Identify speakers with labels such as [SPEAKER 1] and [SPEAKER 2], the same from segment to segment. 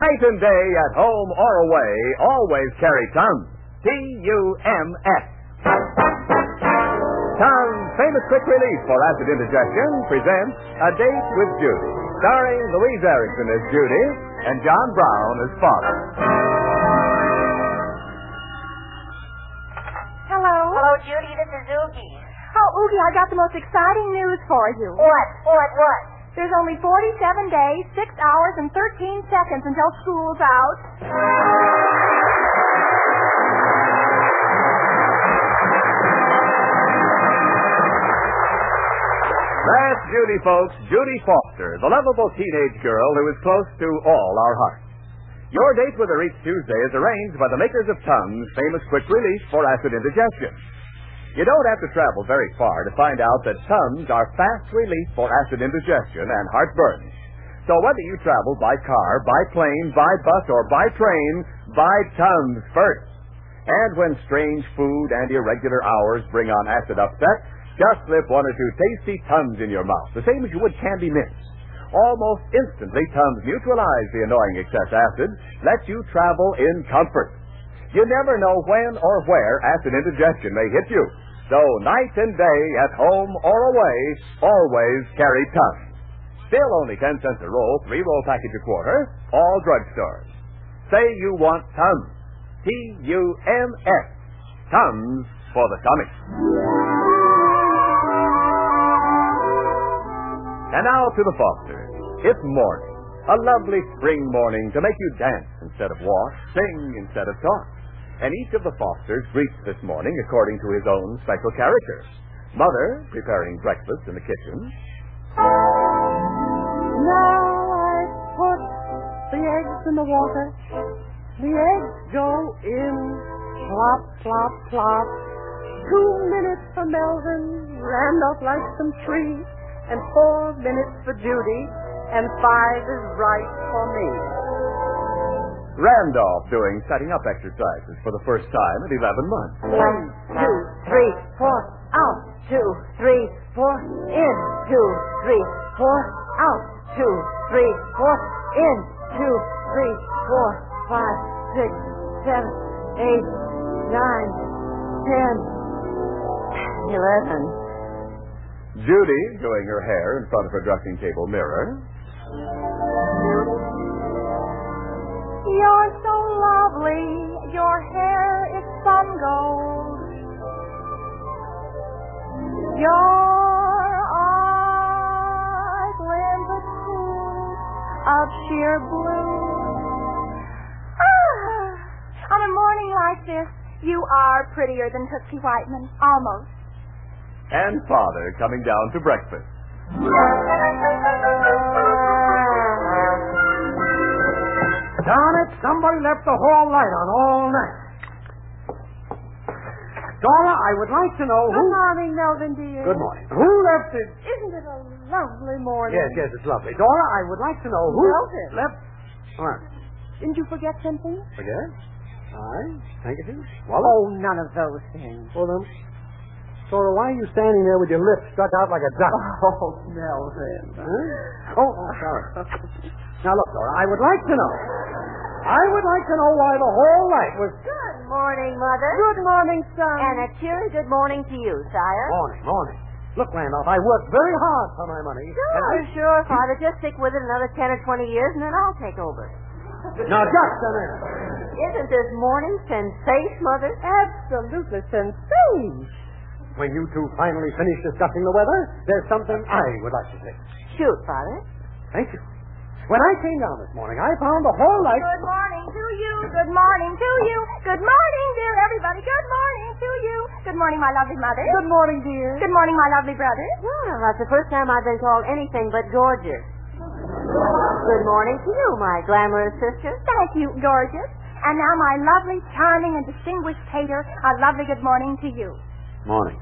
[SPEAKER 1] Night and day, at home or away, always carry Tums. T U M S. Tums, famous quick relief for acid indigestion, presents A Date with Judy, starring Louise Erickson as Judy and John Brown as father.
[SPEAKER 2] Hello?
[SPEAKER 3] Hello, Judy. This is Oogie.
[SPEAKER 2] Oh, Oogie, I got the most exciting news for you.
[SPEAKER 3] What? What? What?
[SPEAKER 2] There's only 47 days, 6 hours, and 13 seconds until school's out.
[SPEAKER 1] That's Judy, folks. Judy Foster, the lovable teenage girl who is close to all our hearts. Your date with her each Tuesday is arranged by the makers of Tums, famous quick relief for acid indigestion. You don't have to travel very far to find out that Tums are fast relief for acid indigestion and heartburn. So whether you travel by car, by plane, by bus, or by train, buy Tums first. And when strange food and irregular hours bring on acid upset, just slip one or two tasty Tums in your mouth, the same as you would candy mints. Almost instantly, Tums neutralize the annoying excess acid, lets you travel in comfort. You never know when or where acid indigestion may hit you. So night and day, at home or away, always carry Tums. Still only 10 cents a roll, three roll package a quarter, all drugstores. Say you want Tums. T-U-M-S. Tums for the stomach. And now to the Fosters. It's morning. A lovely spring morning to make you dance instead of walk, sing instead of talk. And each of the Fosters greets this morning according to his own special character. Mother, preparing breakfast in the kitchen.
[SPEAKER 4] Now I put the eggs in the water. The eggs go in. Plop, plop, plop. Two minutes for Melvin. Randolph likes some tree. And four minutes for Judy. And five is right for me.
[SPEAKER 1] Randolph doing setting up exercises for the first time in 11 months.
[SPEAKER 4] One, two, three, four. Out. Two, three, four. In. Two, three, four. Out. Two, three, four. In. Two, three, four. Five, six, seven, eight, nine, ten, eleven.
[SPEAKER 1] Judy doing her hair in front of her dressing table mirror.
[SPEAKER 2] You're so lovely. Your hair is sun gold. Your eyes lend a cool of sheer blue. Ah, on a morning like this, you are prettier than Tootsie Whiteman, almost.
[SPEAKER 1] And father coming down to breakfast.
[SPEAKER 5] Darn it, somebody left the hall light on all night. Dora, I would like to know Oh, who.
[SPEAKER 4] Good morning, Melvin, dear.
[SPEAKER 5] Good morning. Who left the.
[SPEAKER 4] Isn't it a lovely morning?
[SPEAKER 5] Yes, yes, it's lovely. Dora, I would like to know who.
[SPEAKER 4] Melvin.
[SPEAKER 5] Left. What?
[SPEAKER 4] Didn't you forget something?
[SPEAKER 5] Forget? I? Handkerchief?
[SPEAKER 4] Oh,
[SPEAKER 5] Wallet?
[SPEAKER 4] none of those things.
[SPEAKER 5] Well, then. Dora, why are you standing there with your lips stuck out like a duck?
[SPEAKER 4] Oh, Melvin.
[SPEAKER 5] Huh? Oh, oh, sorry. now, look, Dora, I would like to know. I would like to know why the whole light was.
[SPEAKER 3] Good morning, Mother.
[SPEAKER 4] Good morning, son.
[SPEAKER 3] And a cheery good morning to you, Sire.
[SPEAKER 5] Morning, morning. Look, Randolph, I worked very hard for my money. And
[SPEAKER 3] Sure, sure, Father. Just stick with it another 10 or 20 years, and then I'll take over.
[SPEAKER 5] Now, just a minute.
[SPEAKER 3] Isn't this morning sensation, Mother?
[SPEAKER 4] Absolutely sensation.
[SPEAKER 5] When you two finally finish discussing the weather, there's something I would like to say.
[SPEAKER 3] Shoot, Father.
[SPEAKER 5] Thank you. When I came down this morning, I found the whole light.
[SPEAKER 2] Good morning to you. Good morning to you. Good morning, dear everybody. Good morning to you. Good morning, my lovely mother.
[SPEAKER 4] Good morning, dear.
[SPEAKER 2] Good morning, my lovely brother.
[SPEAKER 3] Well, that's the first time I've been called anything but gorgeous. Good morning to you, my glamorous sister.
[SPEAKER 2] Thank you, gorgeous. And now, my lovely, charming, and distinguished Tater, a lovely good morning to you.
[SPEAKER 5] Morning.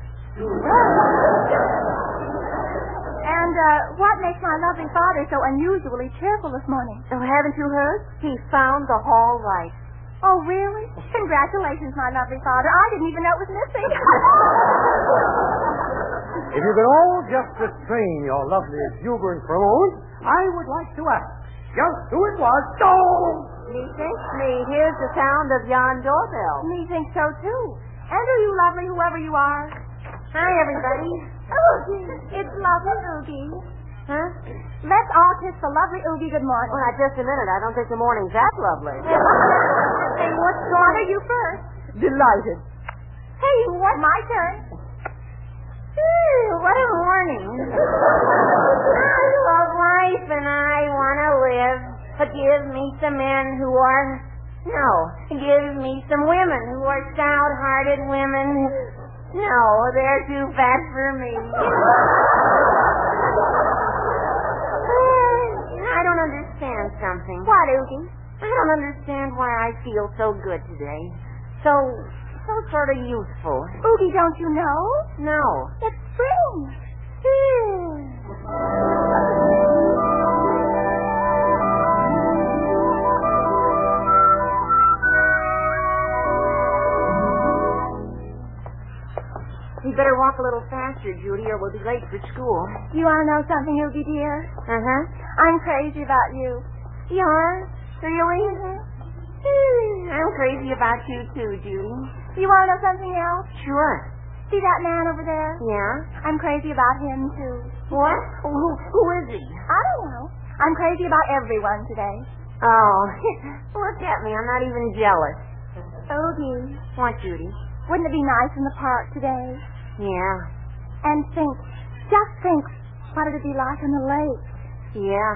[SPEAKER 2] And uh, what makes my lovely father so unusually cheerful this morning?
[SPEAKER 3] Oh, haven't you heard? He found the hall light.
[SPEAKER 2] Oh, really? Congratulations, my lovely father. I didn't even know it was missing.
[SPEAKER 5] If you could all just restrain your lovely exuberant groans, I would like to ask just who it was. Don't!
[SPEAKER 2] is the sound of yon doorbell.
[SPEAKER 5] Me thinks so too. Enter, you lovely, whoever you are.
[SPEAKER 2] Hi, everybody.
[SPEAKER 5] Oogie, it's lovely Oogie.
[SPEAKER 2] Huh?
[SPEAKER 5] Let's all kiss the lovely Oogie good morning.
[SPEAKER 2] Well, now, just a minute. I don't think the morning's that lovely.
[SPEAKER 5] Hey, what's going on? you first.
[SPEAKER 4] Delighted.
[SPEAKER 5] Hey, what? My turn.
[SPEAKER 2] Ooh, what a morning. I'm a wife and I want to live, but give me some men who are, no, give me some women who are stout-hearted women. No, they're too fat for me. I don't understand something.
[SPEAKER 5] What, Oogie?
[SPEAKER 2] I don't understand why I feel so good today. So, so sort of useful.
[SPEAKER 5] Oogie, don't you know?
[SPEAKER 2] No.
[SPEAKER 5] It's Hmm. spring.
[SPEAKER 2] You better walk a little faster, Judy, or we'll be late for school.
[SPEAKER 5] You want to know something, Oogie dear?
[SPEAKER 2] Uh huh.
[SPEAKER 5] I'm crazy about you.
[SPEAKER 2] You are? Really? Hmm, I'm crazy about you too, Judy.
[SPEAKER 5] You want to know something else?
[SPEAKER 2] Sure.
[SPEAKER 5] See that man over there?
[SPEAKER 2] Yeah?
[SPEAKER 5] I'm crazy about him too.
[SPEAKER 2] What? Who, who is he?
[SPEAKER 5] I don't know. I'm crazy about everyone today.
[SPEAKER 2] Oh, look at me. I'm not even jealous. Oh,
[SPEAKER 5] Oogie,
[SPEAKER 2] What, Judy?
[SPEAKER 5] wouldn't it be nice in the park today?
[SPEAKER 2] Yeah.
[SPEAKER 5] And think, just think, what it'd be like on the lake.
[SPEAKER 2] Yeah.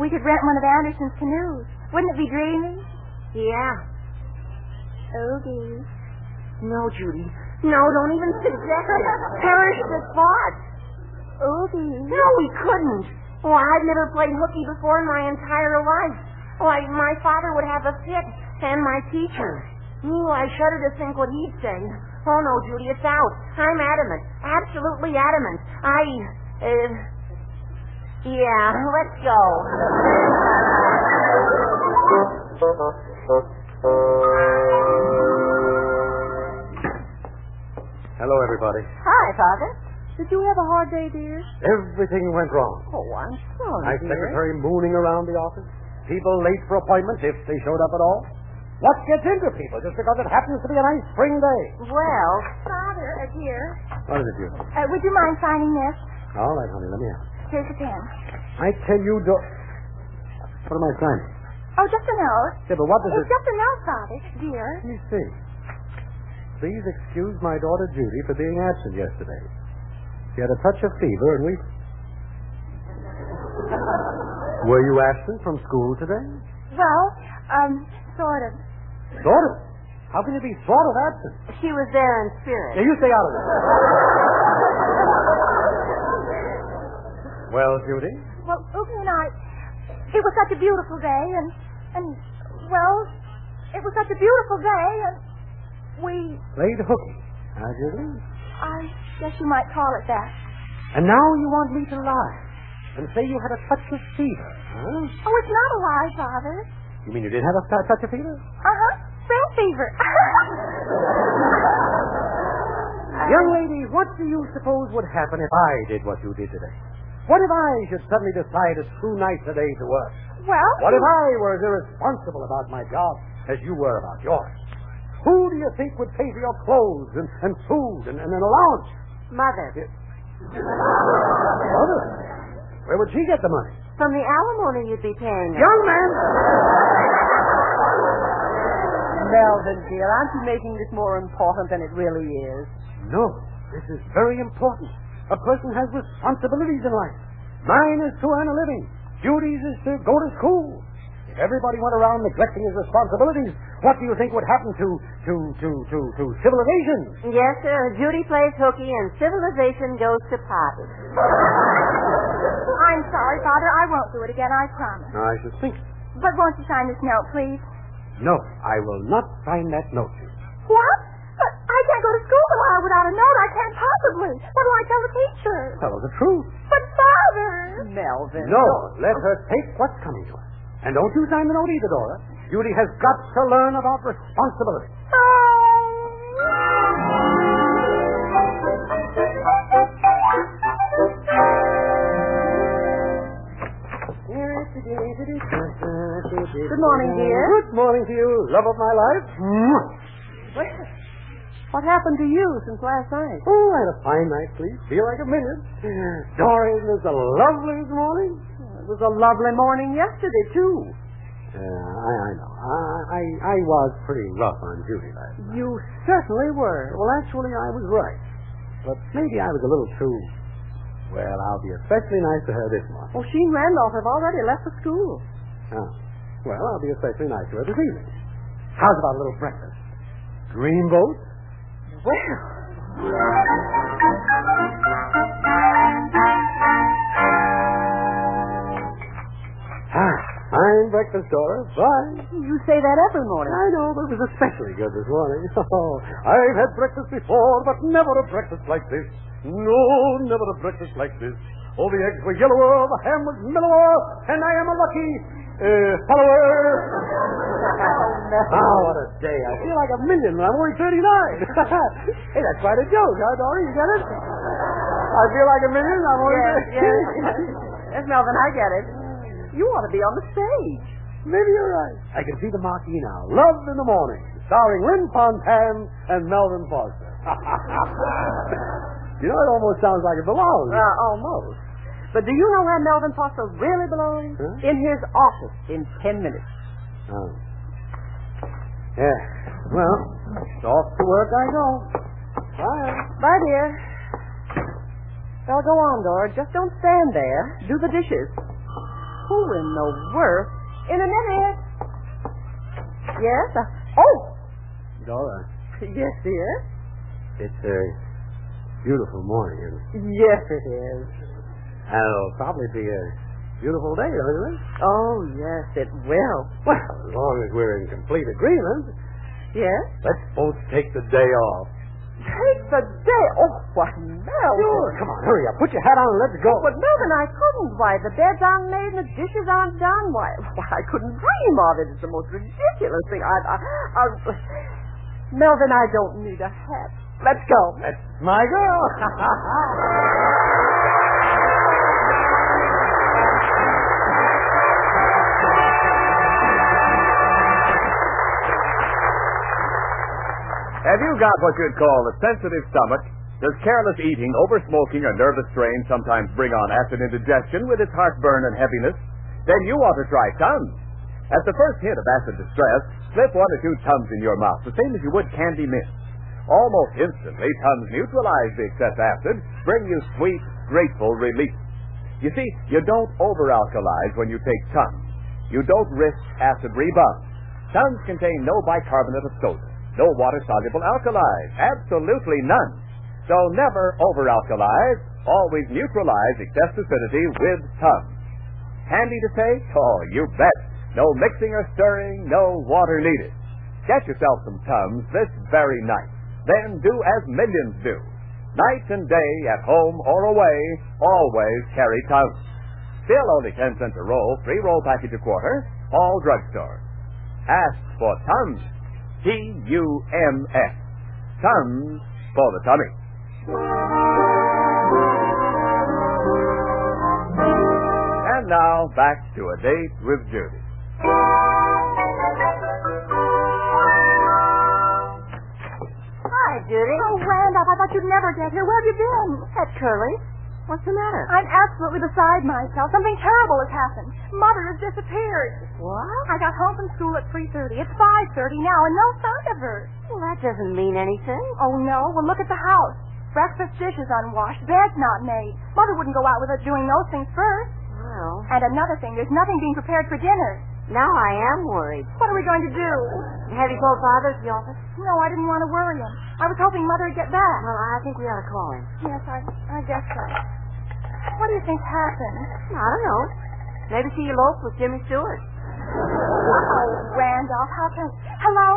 [SPEAKER 5] We could rent one of Anderson's canoes. Wouldn't it be dreamy?
[SPEAKER 2] Yeah.
[SPEAKER 5] Oogie.
[SPEAKER 2] No, Judy. No, don't even suggest it. Perish the thought.
[SPEAKER 5] Oogie.
[SPEAKER 2] No, we couldn't. Well, I've never played hooky before in my entire life. Why, my father would have a fit, and my teacher. Ooh, I shudder to think what he'd say. Oh, no, Judy, it's out. I'm adamant. Absolutely adamant. I, uh, yeah, let's go.
[SPEAKER 1] Hello, everybody.
[SPEAKER 4] Hi, Father.
[SPEAKER 5] Did you have a hard day, dear?
[SPEAKER 1] Everything went wrong.
[SPEAKER 4] Oh, I'm sorry,
[SPEAKER 1] My
[SPEAKER 4] dear.
[SPEAKER 1] secretary mooning around the office. People late for appointments if they showed up at all. What gets into people just because it happens to be a nice spring day?
[SPEAKER 4] Well,
[SPEAKER 5] Father, uh, dear,
[SPEAKER 1] What is it, you?
[SPEAKER 5] uh, would you mind signing this?
[SPEAKER 1] All right, honey, let me out.
[SPEAKER 5] Here's a pen.
[SPEAKER 1] I tell you, do... What am I signing?
[SPEAKER 5] Oh, just a note.
[SPEAKER 1] Yeah, but what does
[SPEAKER 5] It's
[SPEAKER 1] it...
[SPEAKER 5] just a note, Father, dear.
[SPEAKER 1] Let me see. Please excuse my daughter Judy for being absent yesterday. She had a touch of fever, and we... Were you absent from school today?
[SPEAKER 5] Well, um, sort of.
[SPEAKER 1] Sort of. How can you be sort of absent?
[SPEAKER 2] She was there in spirit.
[SPEAKER 1] Now, you stay out of it. Well, Judy?
[SPEAKER 5] Well, Oogie and I, it was such a beautiful day, and, and, well, it was such a beautiful day, and we,
[SPEAKER 1] Played hooky. Now, Judy?
[SPEAKER 5] I guess you might call it that.
[SPEAKER 1] And now you want me to lie and say you had a touch of fever, huh?
[SPEAKER 5] Oh, it's not a lie, Father.
[SPEAKER 1] You mean you did have a t- touch of fever?
[SPEAKER 5] Uh-huh. Brain fever.
[SPEAKER 1] Young lady, what do you suppose would happen if I did what you did today? What if I should suddenly decide it's too nice a day to work?
[SPEAKER 5] well,
[SPEAKER 1] What if I were as irresponsible about my job as you were about yours? Who do you think would pay for your clothes and, and food and, and an allowance?
[SPEAKER 2] Mother,
[SPEAKER 1] Mother. Where would she get the money?
[SPEAKER 2] from the alimony you'd be paying her.
[SPEAKER 1] Young man!
[SPEAKER 4] Melvin, dear, aren't you making this more important than it really is?
[SPEAKER 1] No, this is very important. A person has responsibilities in life. Mine is to earn a living. Judy's is to go to school. If everybody went around neglecting his responsibilities, what do you think would happen to to to to to civilization?
[SPEAKER 2] Yes, sir. Judy plays hooky and civilization goes to pot.
[SPEAKER 5] I'm sorry, Father. I won't do it again, I promise.
[SPEAKER 1] I should think.
[SPEAKER 5] But won't you sign this note, please?
[SPEAKER 1] No, I will not sign that note.
[SPEAKER 5] What? But I can't go to school tomorrow without a note. I can't possibly. What do I tell the teacher?
[SPEAKER 1] Tell her the truth.
[SPEAKER 5] But, Father...
[SPEAKER 4] Melvin.
[SPEAKER 1] No, let her take what's coming to her. And don't you sign the note either, Dora. Judy has got to learn about responsibility.
[SPEAKER 5] um,
[SPEAKER 2] Yes, it is. It is.
[SPEAKER 4] Good morning, dear.
[SPEAKER 6] Good morning to you, love of my life. Mwah.
[SPEAKER 4] What happened to you since last night?
[SPEAKER 6] Oh, I had a fine night, please. Feel like a million. Dory, it was a lovely this morning.
[SPEAKER 4] It was a lovely morning yesterday, too.
[SPEAKER 6] Uh, I, I know. I, I, I was pretty rough on Judy last night.
[SPEAKER 4] You certainly were.
[SPEAKER 6] Well, actually, I was right. But maybe I was a little too... Well, I'll be especially nice to her this morning.
[SPEAKER 4] Well, she and Randolph have already left the school.
[SPEAKER 6] Oh. Well, I'll be especially nice to her this evening. How's about a little breakfast? Dreamboat?
[SPEAKER 4] Well,
[SPEAKER 6] Ah, fine breakfast, Dora. Fine.
[SPEAKER 4] you say that every morning.
[SPEAKER 6] I know, but it was especially good this morning. Oh, I've had breakfast before, but never a breakfast like this. No, never a breakfast like this. All the eggs were yellower, the ham was mellower, and I am a lucky uh, follower. Ah, what a day. I feel like a million, and I'm only 39. hey, that's quite a joke, huh, Dory? You get it? I feel like a million, I'm only
[SPEAKER 4] Yes,
[SPEAKER 6] 39.
[SPEAKER 4] yes. yes, Melvin, I get it. You ought to be on the stage.
[SPEAKER 6] Maybe you're right. I can see the marquee now. Love in the Morning, starring Lynn Fontanne and Melvin Foster. you know, it almost sounds like it belongs.
[SPEAKER 4] Uh, almost. But do you know where Melvin Foster really belongs?
[SPEAKER 6] Huh?
[SPEAKER 4] In his office in ten minutes.
[SPEAKER 6] Oh. Yeah. Well, off to work I go. Bye.
[SPEAKER 4] Bye, dear. Well, go on, Dora. Just don't stand there. Do the dishes. Who in the world? In a minute. Yes? Uh, oh!
[SPEAKER 6] Dora,
[SPEAKER 4] Yes, dear.
[SPEAKER 6] it's a beautiful morning, and
[SPEAKER 4] Yes, it is.
[SPEAKER 6] it'll probably be a beautiful day, isn't it?
[SPEAKER 4] Oh, yes, it will.
[SPEAKER 6] Well, as long as we're in complete agreement,
[SPEAKER 4] Yes?
[SPEAKER 6] let's both take the day off.
[SPEAKER 4] Take the day. Oh, why, Melvin.
[SPEAKER 6] Sure, come on, hurry up. Put your hat on and let's go.
[SPEAKER 2] Oh.
[SPEAKER 4] But Melvin, I couldn't. Why, the beds aren't made and the dishes aren't done. Why, why I couldn't dream of it. It's the most ridiculous thing. I, I, I, Melvin, I don't need a hat. Let's go.
[SPEAKER 6] That's my girl.
[SPEAKER 1] Have you got what you'd call a sensitive stomach? Does careless eating, over smoking, or nervous strain sometimes bring on acid indigestion with its heartburn and heaviness? Then you ought to try Tums. At the first hint of acid distress, slip one or two Tums in your mouth, the same as you would candy mints. Almost instantly, Tums neutralize the excess acid, bring you sweet, grateful relief. You see, you don't over-alkalize when you take Tums. You don't risk acid rebound. Tums contain no bicarbonate of soda, no water-soluble alkalis, absolutely none. So never over-alkalize, always neutralize excess acidity with Tums. Handy to take? Oh, you bet. No mixing or stirring, no water needed. Get yourself some Tums this very night. Then do as millions do. Night and day, at home or away, always carry Tums. Still only 10 cents a roll, three roll package a quarter, all drugstores. Ask for Tums. T-U-M-S. Tums for the tummy. And now back to a date with Judy.
[SPEAKER 2] Hi, Judy.
[SPEAKER 5] Oh, Randolph, I thought you'd never get here. Where have you been? At Curly's.
[SPEAKER 4] What's the matter?
[SPEAKER 5] I'm absolutely beside myself. Something terrible has happened. Mother has disappeared.
[SPEAKER 4] What?
[SPEAKER 5] I got home from school at 3.30. It's 5.30 now and no sign of her.
[SPEAKER 2] Well, that doesn't mean anything.
[SPEAKER 5] Oh, no? Well, look at the house. Breakfast dishes unwashed, beds not made. Mother wouldn't go out without doing those things first.
[SPEAKER 2] Well,
[SPEAKER 5] And another thing, there's nothing being prepared for dinner.
[SPEAKER 2] now I am worried.
[SPEAKER 5] What are we going to do?
[SPEAKER 2] Have you called Father at the office?
[SPEAKER 5] No, I didn't want to worry him. I was hoping Mother would get back.
[SPEAKER 2] Well, I think we ought to call him.
[SPEAKER 5] Yes, I, I guess so. What do you think's happened?
[SPEAKER 2] I don't know. Maybe she eloped with Jimmy Stewart.
[SPEAKER 5] Oh, Randolph, how can... Hello?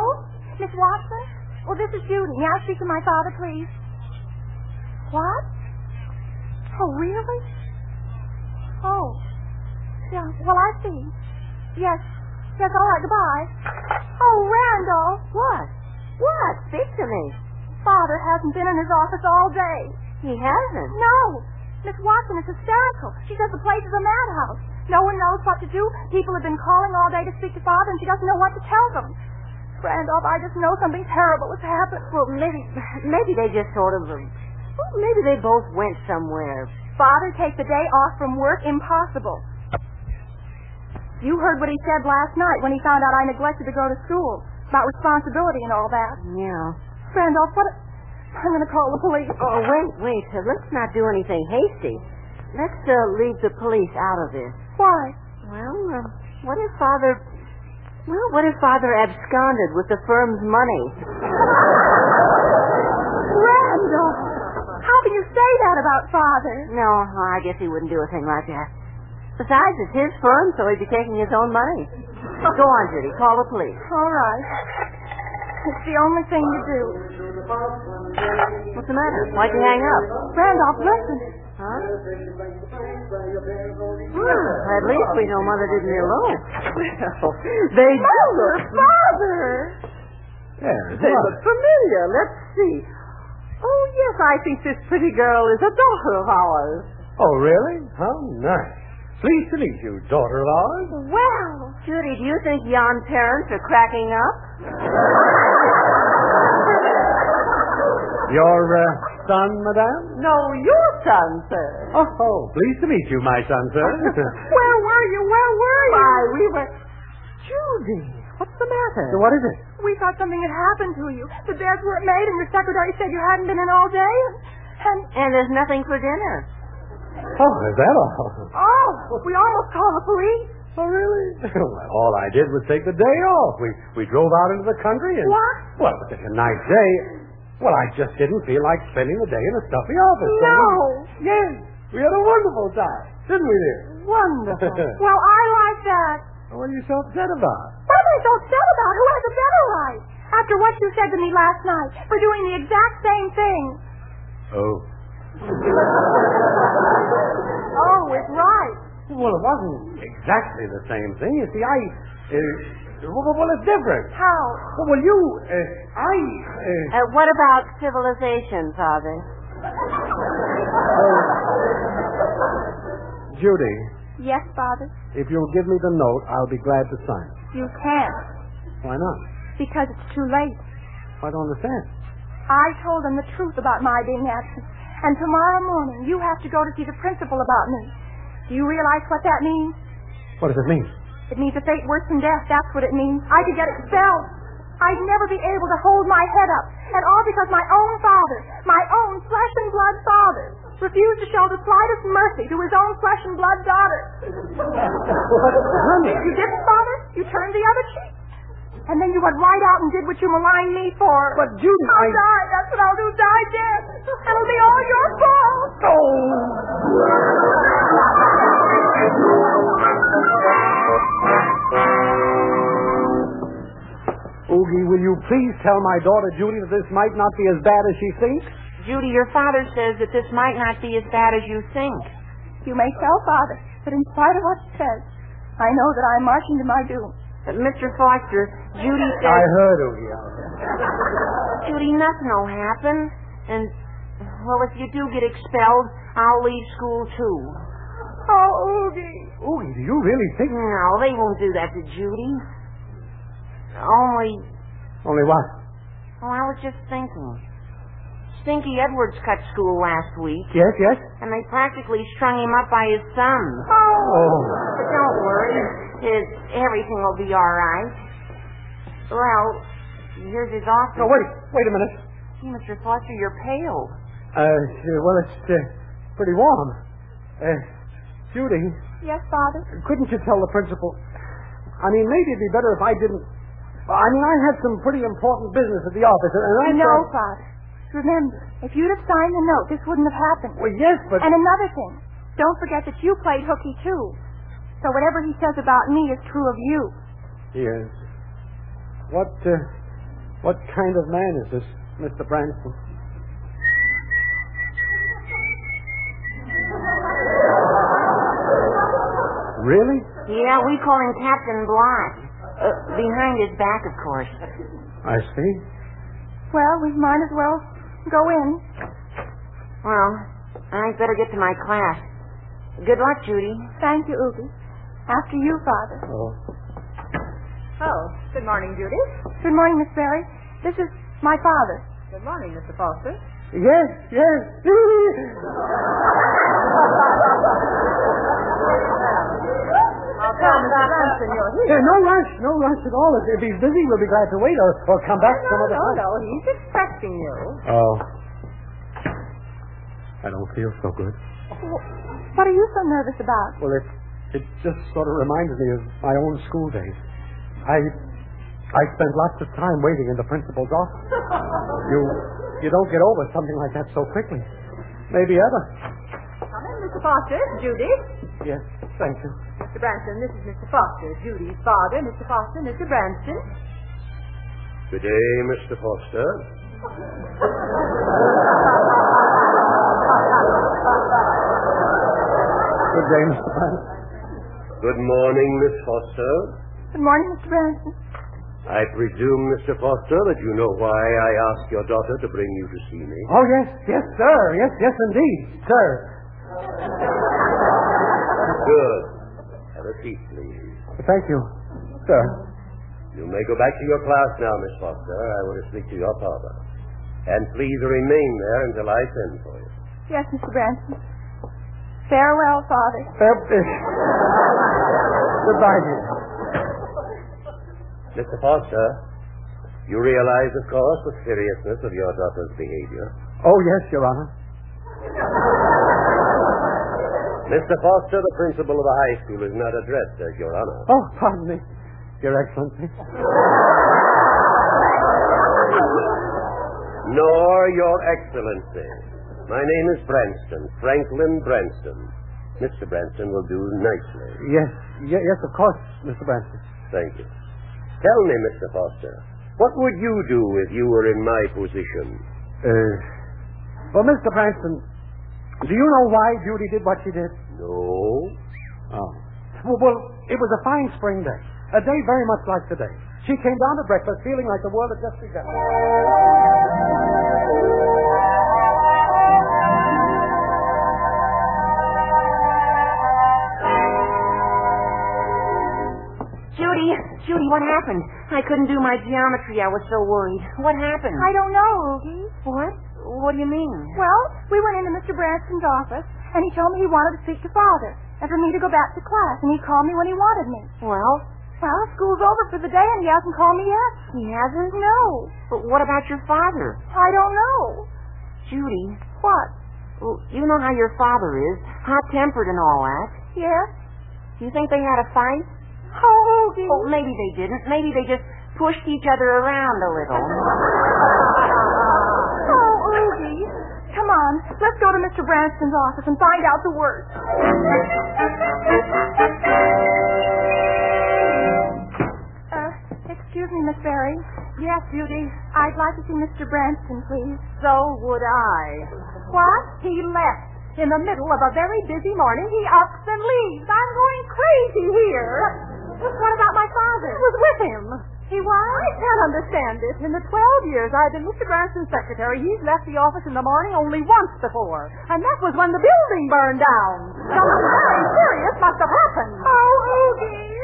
[SPEAKER 5] Miss Watson? Well, this is Judy. May I speak to my father, please? What? Oh, really? Oh. Yeah, well, I see. Yes. Yes, all right, goodbye. Oh, Randolph.
[SPEAKER 2] What? What? Speak to me.
[SPEAKER 5] Father hasn't been in his office all day.
[SPEAKER 2] He hasn't.
[SPEAKER 5] No. Miss Watson is hysterical. She says the place is a madhouse. No one knows what to do. People have been calling all day to speak to Father, and she doesn't know what to tell them. Randolph, I just know something terrible has happened.
[SPEAKER 4] Well, maybe, maybe they just sort of, um, well, maybe they both went somewhere.
[SPEAKER 5] Father, take the day off from work? Impossible. You heard what he said last night when he found out I neglected to go to school about responsibility and all that.
[SPEAKER 4] Yeah.
[SPEAKER 5] Randolph, what? A... I'm going to call the police.
[SPEAKER 4] Oh, wait, wait. Uh, Let's not do anything hasty. Let's uh, leave the police out of this.
[SPEAKER 5] Why?
[SPEAKER 4] Well, uh, what if Father? Well, what if Father absconded with the firm's money?
[SPEAKER 5] Randolph, how can you say that about Father?
[SPEAKER 4] No, well, I guess he wouldn't do a thing like that. Besides, it's his firm, so he'd be taking his own money. Go on, Judy. Call the police.
[SPEAKER 5] All right. It's the only thing to do.
[SPEAKER 4] What's the matter? Why'd you hang up?
[SPEAKER 5] Randolph, listen.
[SPEAKER 4] Oh, Huh? Well, at least we know Mother didn't Oh, elope.
[SPEAKER 7] Well, they do look
[SPEAKER 5] Father!
[SPEAKER 1] There's
[SPEAKER 7] they look
[SPEAKER 1] Mother.
[SPEAKER 7] familiar. Let's see. Oh, yes, I think this pretty girl is a daughter of ours.
[SPEAKER 1] Oh, really? How nice. Pleased to meet you, daughter of ours.
[SPEAKER 5] Well,
[SPEAKER 4] Judy, do you think yon parents are cracking up?
[SPEAKER 1] Your uh, son, madame?
[SPEAKER 7] No, your son, sir.
[SPEAKER 1] Oh, oh, pleased to meet you, my son, sir.
[SPEAKER 7] Where were you? Where were you? Why, we were... Judy, what's the matter?
[SPEAKER 1] so what is it?
[SPEAKER 5] we thought something had happened to you. The beds weren't made, and your secretary said you hadn't been in all day. And,
[SPEAKER 4] And there's nothing for dinner.
[SPEAKER 1] Oh, is that all?
[SPEAKER 5] oh, we almost called the police.
[SPEAKER 1] Oh, really? well, all I did was take the day off. We we drove out into the country and
[SPEAKER 5] What?
[SPEAKER 1] well, it was such a nice day. Well, I just didn't feel like spending the day in a stuffy office. so
[SPEAKER 5] No.
[SPEAKER 1] we- Yes, we had a wonderful time, didn't we, dear?
[SPEAKER 7] Wonderful.
[SPEAKER 5] Well, I like that.
[SPEAKER 1] what are you so upset about?
[SPEAKER 5] What are they so upset about? Who has a better right? After what you said to me last night for doing the exact same thing.
[SPEAKER 1] Oh,
[SPEAKER 5] Oh, it's right.
[SPEAKER 1] well, it wasn't exactly the same thing. You see, I. Uh, well, well, it's different.
[SPEAKER 5] How?
[SPEAKER 1] Well, you, uh, I, uh,
[SPEAKER 4] Uh, what about civilization, Father?
[SPEAKER 1] Judy,
[SPEAKER 5] Yes, Father.
[SPEAKER 1] if you'll give me the note, I'll be glad to sign. it.
[SPEAKER 5] You can't.
[SPEAKER 1] Why not?
[SPEAKER 5] Because it's too late.
[SPEAKER 1] I don't understand.
[SPEAKER 5] I told them the truth about my being absent. And tomorrow morning, you have to go to see the principal about me. Do you realize what that means?
[SPEAKER 1] What does it mean?
[SPEAKER 5] It means a fate worse than death. That's what it means. I could get expelled. I'd never be able to hold my head up. And all because my own father, my own flesh and blood father, refused to show the slightest mercy to his own flesh and blood daughter.
[SPEAKER 1] Honey.
[SPEAKER 5] You didn't, father? You turned the other cheek. And then you went right out and did what you maligned me for.
[SPEAKER 1] But Judy,
[SPEAKER 5] I'll
[SPEAKER 1] I-
[SPEAKER 5] die. That's what I'll do. Die dead. It'll be all your fault. Oh.
[SPEAKER 1] Oogie, will you please tell my daughter Judy that this might not be as bad as she thinks?
[SPEAKER 4] Judy, your father says that this might not be as bad as you think.
[SPEAKER 5] You may tell father, but in spite of what he says, I know that I'm marching to my doom.
[SPEAKER 4] But Mr. Foster, Judy
[SPEAKER 1] I
[SPEAKER 4] says,
[SPEAKER 1] heard Oogie. I-
[SPEAKER 4] Judy, nothing'll happen. And well, if you do get expelled, I'll leave school too.
[SPEAKER 5] Oh, Oogie.
[SPEAKER 1] Oogie, do you really think?
[SPEAKER 4] No, they won't do that to Judy. Only,
[SPEAKER 1] Only what?
[SPEAKER 4] well, I was just thinking. Stinky Edwards cut school last week,
[SPEAKER 1] Yes, yes.
[SPEAKER 4] and they practically strung him up by his thumb.
[SPEAKER 1] Oh,
[SPEAKER 4] But don't worry. It, everything will be all right. Well, here's his office.
[SPEAKER 1] no, wait, wait a minute.
[SPEAKER 4] Gee, Mr. Fletcher, you're pale.
[SPEAKER 1] Uh, uh, well, it's uh, pretty warm. Uh, Judy,
[SPEAKER 5] Yes, father.
[SPEAKER 1] couldn't you tell the principal? I mean, maybe it'd be better if I didn't. I mean, I had some pretty important business at the office, and I
[SPEAKER 5] I know,
[SPEAKER 1] thought-
[SPEAKER 5] Father. Remember, if you'd have signed the note, this wouldn't have happened.
[SPEAKER 1] Well, yes, but
[SPEAKER 5] And another thing, don't forget that you played hooky too. So whatever he says about me is true of you.
[SPEAKER 1] Yes. What uh, what kind of man is this, Mr. Branston? Really?
[SPEAKER 4] Yeah, we call him Captain Blott. Uh, behind his back, of course.
[SPEAKER 1] I see.
[SPEAKER 5] Well, we might as well go in.
[SPEAKER 4] Well, I'd better get to my class. Good luck, Judy.
[SPEAKER 5] Thank you, Oogie. After you, Father.
[SPEAKER 1] Oh.
[SPEAKER 8] Oh, good morning, Judy.
[SPEAKER 5] Good morning, Miss Barry. This is my father.
[SPEAKER 8] Good morning, Mr. Foster.
[SPEAKER 1] Yes, yes.
[SPEAKER 8] I'll tell Mr. Branson you're here.
[SPEAKER 1] Hey, no rush, no rush at all. If, if he's busy, we'll be glad to wait or, or come back some
[SPEAKER 8] no,
[SPEAKER 1] other
[SPEAKER 8] no,
[SPEAKER 1] time.
[SPEAKER 8] no. He's expecting you.
[SPEAKER 1] Oh. I don't feel so good.
[SPEAKER 5] What are you so nervous about?
[SPEAKER 1] Well, it it just sort of reminds me of my own school days. I I spent lots of time waiting in the principal's office. you you don't get over something like that so quickly. Maybe ever.
[SPEAKER 8] Come in, Mr. Foster. Judy.
[SPEAKER 1] Yes, thank you.
[SPEAKER 8] Mr. Branson, this is Mr. Foster. Judy's father, Mr. Foster, Mr. Branson.
[SPEAKER 9] Good day, Mr. Foster.
[SPEAKER 1] Good day, Mr. Brown.
[SPEAKER 9] Good morning, Miss Foster.
[SPEAKER 5] Good morning, Mr. Branson.
[SPEAKER 9] I presume, Mr. Foster, that you know why I asked your daughter to bring you to see me.
[SPEAKER 1] Oh yes, yes, sir. Yes, yes, indeed, sir.
[SPEAKER 9] Good. Have a seat, please.
[SPEAKER 1] Thank you, sir.
[SPEAKER 9] You may go back to your class now, Miss Foster. I want to speak to your father. And please remain there until I send for you.
[SPEAKER 5] Yes, Mr. Branson. Farewell, Father.
[SPEAKER 1] Fair- Goodbye, dear.
[SPEAKER 9] Mr. Foster, you realize, of course, the seriousness of your daughter's behavior.
[SPEAKER 1] Oh yes, Your Honor.
[SPEAKER 9] Mr. Foster, the principal of the high school, is not addressed as your honor.
[SPEAKER 1] Oh, pardon me, Your Excellency.
[SPEAKER 9] Nor Your Excellency. My name is Branston, Franklin Branston. Mr. Branston will do nicely.
[SPEAKER 1] Yes, ye- yes, of course, Mr. Branson.
[SPEAKER 9] Thank you. Tell me, Mr. Foster, what would you do if you were in my position?
[SPEAKER 1] Uh, well, Mr. Branson, do you know why Judy did what she did?
[SPEAKER 9] No.
[SPEAKER 1] Oh. Well, well, it was a fine spring day, a day very much like today. She came down to breakfast feeling like the world had just begun.
[SPEAKER 4] Judy, Judy, what happened? I couldn't do my geometry. I was so worried. What happened?
[SPEAKER 5] I don't know, Ruby.
[SPEAKER 4] What? What do you mean?
[SPEAKER 5] Well, we went into Mr. Branson's office, and he told me he wanted to speak to Father, and for me to go back to class, and he called me when he wanted me.
[SPEAKER 4] Well,
[SPEAKER 5] Well, school's over for the day, and he hasn't called me yet.
[SPEAKER 4] he hasn't.
[SPEAKER 5] No,
[SPEAKER 4] But what about your father?
[SPEAKER 5] I don't know.
[SPEAKER 4] Judy,
[SPEAKER 5] What?
[SPEAKER 4] well, you know how your father is. Hot-tempered and all that.
[SPEAKER 5] Yes?
[SPEAKER 4] Do you think they had a fight?
[SPEAKER 5] Oh, Ruby.
[SPEAKER 4] Well, maybe they didn't. Maybe they just pushed each other around a little.
[SPEAKER 5] Oh, Oogie. Come on, let's go to Mr. Branston's office and find out the worst. Uh, excuse me, Miss Barry.
[SPEAKER 8] Yes, Judy.
[SPEAKER 5] I'd like to see Mr. Branston, please.
[SPEAKER 8] So would I.
[SPEAKER 5] What?
[SPEAKER 8] He left. In the middle of a very busy morning, he ups and leaves. I'm going crazy here. What about my father? I was with him. He was? I can't understand this. In the 12 years I've been Mr. Branson's secretary, he's left the office in the morning only once before. And that was when the building burned down. Something very serious must have happened.
[SPEAKER 5] Oh, Oogie.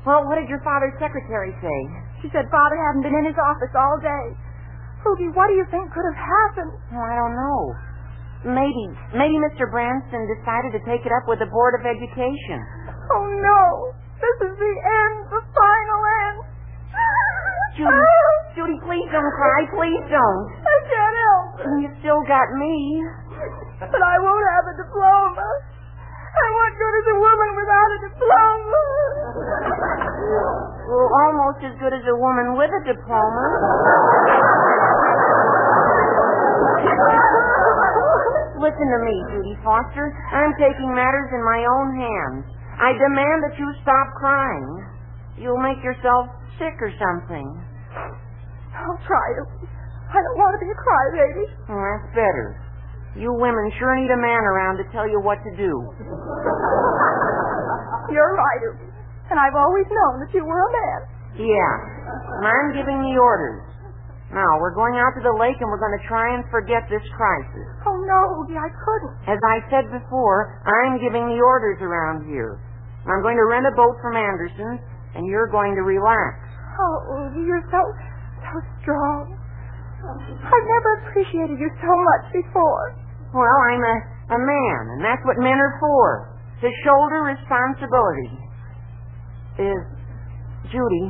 [SPEAKER 4] Well, what did your father's secretary say?
[SPEAKER 5] She said Father hadn't been in his office all day. Oogie, what do you think could have happened?
[SPEAKER 4] Well, I don't know. Maybe, maybe Mr. Branston decided to take it up with the Board of Education.
[SPEAKER 5] Oh, no. This is the end, the final end.
[SPEAKER 4] Judy, Judy, please don't cry. Please don't.
[SPEAKER 5] I can't help it.
[SPEAKER 4] You still got me.
[SPEAKER 5] But I won't have a diploma. And what good is a woman without a diploma?
[SPEAKER 4] Well, almost as good as a woman with a diploma. Listen to me, Judy Foster. I'm taking matters in my own hands. I demand that you stop crying. You'll make yourself sick or something.
[SPEAKER 5] I'll try to. I don't want to be a crybaby.
[SPEAKER 4] Well, that's better. You women sure need a man around to tell you what to do.
[SPEAKER 5] You're right, Ruby. And I've always known that you were a man.
[SPEAKER 4] Yeah. And I'm giving the orders. Now, we're going out to the lake and we're going to try and forget this crisis.
[SPEAKER 5] Oh, no, Odie, I couldn't.
[SPEAKER 4] As I said before, I'm giving the orders around here. I'm going to rent a boat from Anderson, and you're going to relax.
[SPEAKER 5] Oh, Odie, you're so, so strong. I've never appreciated you so much before.
[SPEAKER 4] Well, I'm a, a man, and that's what men are for. To shoulder responsibility. Is, Judy,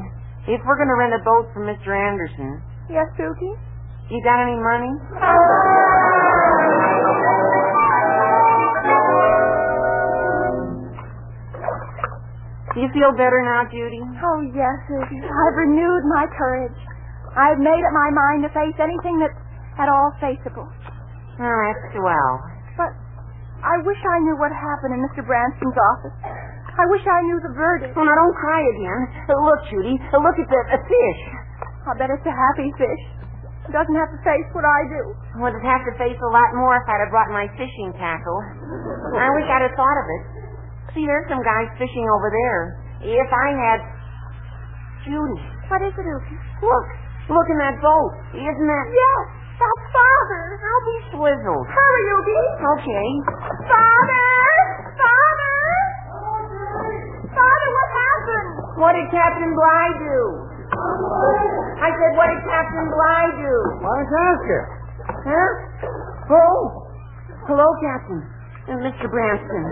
[SPEAKER 4] if we're going to rent a boat from Mr. Anderson,
[SPEAKER 5] Yes, Suki?
[SPEAKER 4] you got any money? Do you feel better now, Judy?
[SPEAKER 5] Oh, yes, Suki. I've renewed my courage. I've made up my mind to face anything that's at all faceable.
[SPEAKER 4] Oh, that's swell.
[SPEAKER 5] But I wish I knew what happened in Mr. Branston's office. I wish I knew the verdict.
[SPEAKER 4] Oh, now don't cry again. Uh, Look, Judy, uh, look at the a fish.
[SPEAKER 5] I bet it's a happy fish. Doesn't have to face what I do.
[SPEAKER 4] Would have had to face a lot more if I'd have brought my fishing tackle. I wish I'd have thought of it. See, there's some guys fishing over there. If I had... Judy,
[SPEAKER 5] What is it, Uki?
[SPEAKER 4] look. Look in that boat. Isn't that...
[SPEAKER 5] Yes, that's Father.
[SPEAKER 4] I'll be swizzled.
[SPEAKER 5] Hurry, Uki.
[SPEAKER 4] Okay.
[SPEAKER 5] Father! Father! Father, what happened?
[SPEAKER 4] What did Captain Bly do? I said, what did Captain Bly do?
[SPEAKER 6] Why don't you ask her?
[SPEAKER 4] Huh? Oh. Hello, Captain. Uh, Mr. Branston.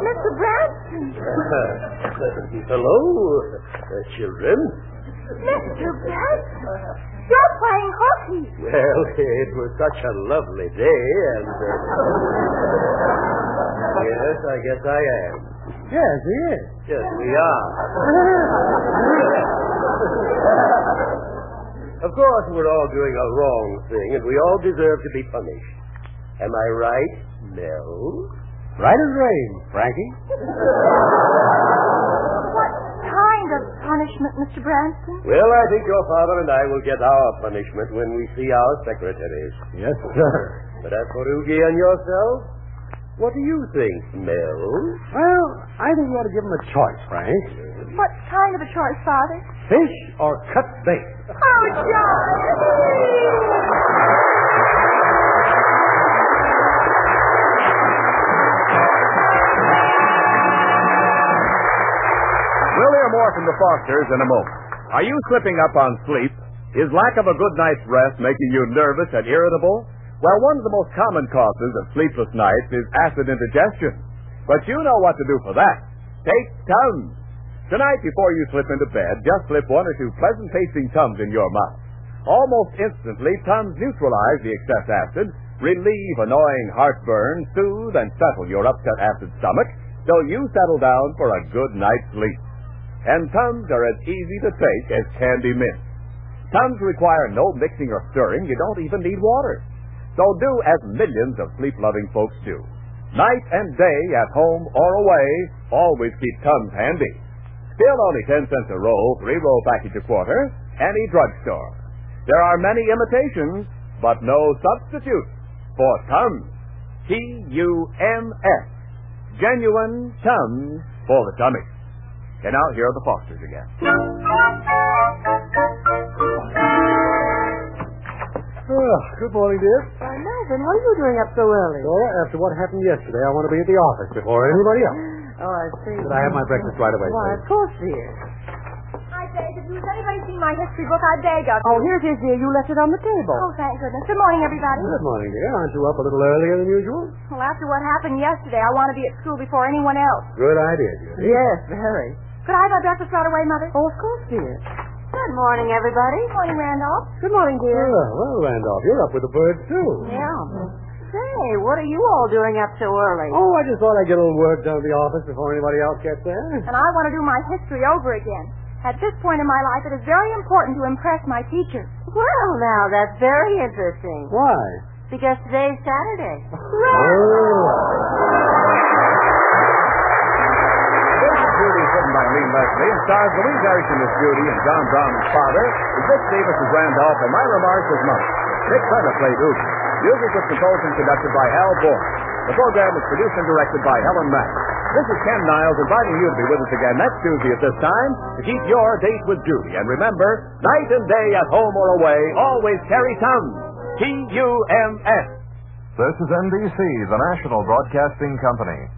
[SPEAKER 5] Mr. Branston.
[SPEAKER 9] Hello, uh, children.
[SPEAKER 5] Mr. Branston. You're playing hooky.
[SPEAKER 9] Well, it was such a lovely day, and. Uh... yes, I guess I am.
[SPEAKER 6] Yes, he is.
[SPEAKER 9] Yes, we are. of course, we're all doing a wrong thing, and we all deserve to be punished. Am I right, Mel?
[SPEAKER 6] Right as rain, Frankie.
[SPEAKER 5] What kind of punishment, Mr. Branston?
[SPEAKER 9] Well, I think your father and I will get our punishment when we see our secretaries.
[SPEAKER 6] Yes, sir.
[SPEAKER 9] But as for Oogie and yourself, what do you think, Mel?
[SPEAKER 6] Well, I think you ought to give him a choice, Frank.
[SPEAKER 5] What kind of a choice, Father?
[SPEAKER 6] Fish or cut bait?
[SPEAKER 5] Oh, John.
[SPEAKER 1] We'll hear more from the Fosters in a moment. Are you slipping up on sleep? Is lack of a good night's rest making you nervous and irritable? Well, one of the most common causes of sleepless nights is acid indigestion. But you know what to do for that. Take Tums. Tonight, before you slip into bed, just slip one or two pleasant tasting Tums in your mouth. Almost instantly, Tums neutralize the excess acid, relieve annoying heartburn, soothe and settle your upset acid stomach, so you settle down for a good night's sleep and Tums are as easy to take as candy mints. Tums require no mixing or stirring. You don't even need water. So do as millions of sleep-loving folks do. Night and day, at home or away, always keep Tums handy. Still only 10 cents a roll, three-roll package a quarter, any drugstore. There are many imitations, but no substitute for Tums. T-U-M-S. Genuine Tums for the tummy. And now here are the Fosters again.
[SPEAKER 6] Oh, good morning, dear.
[SPEAKER 4] Why, Melvin, what are you doing up so early?
[SPEAKER 6] Laura, after what happened yesterday, I want to be at the office before anybody else.
[SPEAKER 4] Oh, I see.
[SPEAKER 6] Could I have my breakfast right
[SPEAKER 4] Why,
[SPEAKER 6] away,
[SPEAKER 4] of
[SPEAKER 6] please?
[SPEAKER 4] course, dear.
[SPEAKER 5] I beg of you. Has anybody seen my history book? I beg of you.
[SPEAKER 4] Oh, here's his dear. You left it on the table.
[SPEAKER 5] Oh, thank goodness. Good morning, everybody.
[SPEAKER 6] Good morning, dear. Aren't you up a little earlier than usual?
[SPEAKER 5] Well, after what happened yesterday, I want to be at school before anyone else.
[SPEAKER 6] Good idea, dear.
[SPEAKER 4] Yes, very.
[SPEAKER 5] Could I have my breakfast right away, Mother?
[SPEAKER 4] Oh, of course, dear. Good morning, everybody.
[SPEAKER 5] Good morning, Randolph.
[SPEAKER 4] Good morning, dear.
[SPEAKER 6] Yeah, well, Randolph, you're up with the birds, too.
[SPEAKER 4] Yeah. Say, what are you all doing up so early?
[SPEAKER 6] Oh, I just thought I'd get a little work done at the office before anybody else gets there.
[SPEAKER 5] And I want to do my history over again. At this point in my life, it is very important to impress my teacher.
[SPEAKER 4] Well, now, that's very interesting.
[SPEAKER 6] Why?
[SPEAKER 4] Because today's Saturday.
[SPEAKER 6] Oh.
[SPEAKER 1] This is Judy, written by Lee Leslie, and stars Louise Erickson as Judy and John Brown as father, and Dick Davis as Randolph, and my remarks as mother. Dick Turner played Oogie. Music was composed and conducted by Al Bourne. The program was produced and directed by Helen Mack. This is Ken Niles inviting you to be with us again next Tuesday at this time to keep your date with Judy. And remember, night and day, at home or away, always carry Tums. T-U-M-S.
[SPEAKER 10] This is NBC, the national broadcasting company.